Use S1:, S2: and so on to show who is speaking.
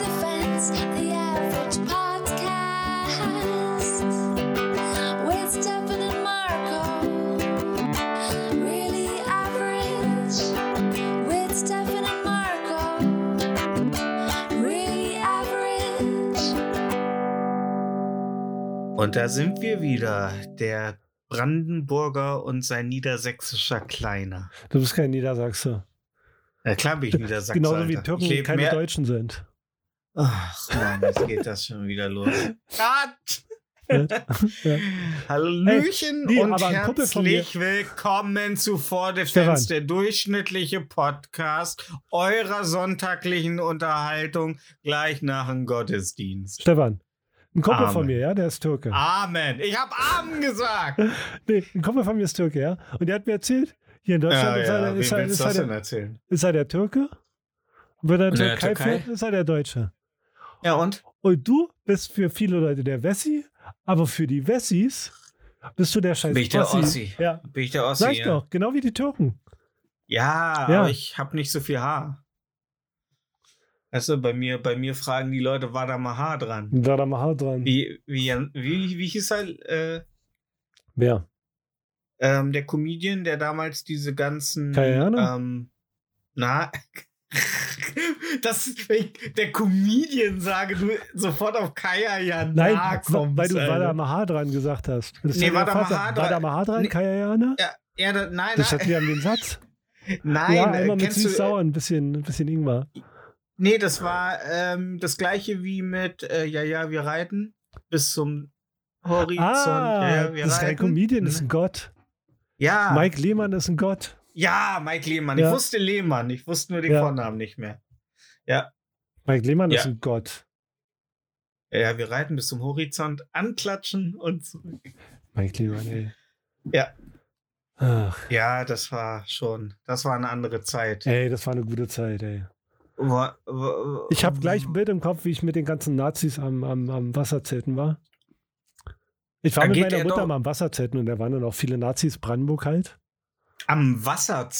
S1: It's the average podcast with Stefan and Marco. Really average with Stefan and Marco. Really average.
S2: Und da sind wir wieder, der Brandenburger und sein niedersächsischer Kleiner.
S3: Du bist kein Niedersachse.
S2: Na klar bin ich Niedersachse.
S3: Genauso wie
S2: Alter.
S3: Türken
S2: Ich leb
S3: keine
S2: mehr-
S3: Deutschen sind.
S2: Ach Mann, jetzt geht das schon wieder los. Gott!
S3: Ja.
S2: Hallöchen
S3: Hey, nee,
S2: und
S3: aber ein Kumpel von
S2: herzlich willkommen zu Vor the
S3: Stefan.
S2: Fans, der durchschnittliche Podcast eurer sonntäglichen Unterhaltung gleich nach dem Gottesdienst.
S3: Stefan, ein Kumpel
S2: Amen.
S3: von mir, ja, der ist Türke.
S2: Ah. Amen. Ich habe Amen gesagt.
S3: Nee, ein Kumpel von mir ist Türke, ja. Und der hat mir erzählt, hier in Deutschland
S2: Ja,
S3: ist,
S2: Ah, ja,
S3: er,
S2: wem
S3: ist, er,
S2: willst
S3: ist, halt-
S2: du
S3: er,
S2: das denn
S3: der,
S2: erzählen?
S3: ist er der Türke. Und wenn er
S4: Und in der
S3: Türkei,
S4: Türkei?
S3: fährt, ist er der Deutsche.
S2: Ja und?
S3: Und du bist für viele Leute der Wessi, aber für die Wessis bist du der scheiß
S2: Bin ich der
S3: Ossi.
S2: Ossi?
S3: Ja,
S2: Bin ich der Ossi?
S3: sag ich
S2: ja?
S3: doch, genau wie die Türken.
S2: Ja,
S3: Ja.
S2: aber ich habe nicht so viel Haar. Weißt du, bei mir, bei mir fragen die Leute, war da mal Haar dran?
S3: Da da mal Haar dran.
S2: Wie, wie, wie, wie hieß er, äh,
S3: Wer?
S2: ähm, der Comedian, der damals diese ganzen,
S3: Keine Ahnung.
S2: ähm, na, das, wenn ich der Comedian sage, du sofort auf Kaya ja
S3: Nein,
S2: nahe kommst,
S3: weil du
S2: Alter.
S3: Wada Mahar dran gesagt hast. Das ist
S2: Nee,
S3: ja der
S2: Wada
S3: Vater.
S2: Mahar dran-
S3: Wada Mahar dran,
S2: Nee.
S3: Kayayana?
S2: Ja, ja, da, nein,
S3: Das
S2: nein,
S3: hatten wir an den Satz.
S2: nein,
S3: ja,
S2: äh,
S3: einmal mit
S2: kennst du,
S3: süß-sauer, ein bisschen, ein bisschen Ingwer.
S2: Nee, das war ähm, das gleiche wie mit äh, Ja, ja, wir reiten bis zum Horizont.
S3: Ah,
S2: ja, ja, wir
S3: das ist kein
S2: reiten. Mhm. Ah.
S3: Comedian, das ist ein Gott.
S2: Ja, Mike,
S3: Mike Lehmann ist ein Gott.
S2: ja, Mike Lehmann. Ich
S3: Ja.
S2: wusste Lehmann, ich wusste nur den
S3: Ja.
S2: Vornamen nicht mehr.
S3: Mike Lehmann
S2: Ja.
S3: ist ein Gott.
S2: Ja, ja, wir reiten bis zum Horizont, anklatschen und zurück.
S3: Mike Lehmann, ey.
S2: Ja.
S3: Ach,
S2: Ja, das war schon, das war eine andere Zeit.
S3: ey, das war eine gute Zeit, ey.
S2: Wo- wo-
S3: Ich habe gleich ein Bild im Kopf, wie ich mit den ganzen Nazis am, am, am Wasserzelten war. Ich war
S2: Da
S3: mit
S2: geht
S3: meiner
S2: er
S3: Mutter
S2: doch-
S3: mal am Wasserzelten und da waren dann auch viele Nazis, Brandenburg halt.
S2: am Wasser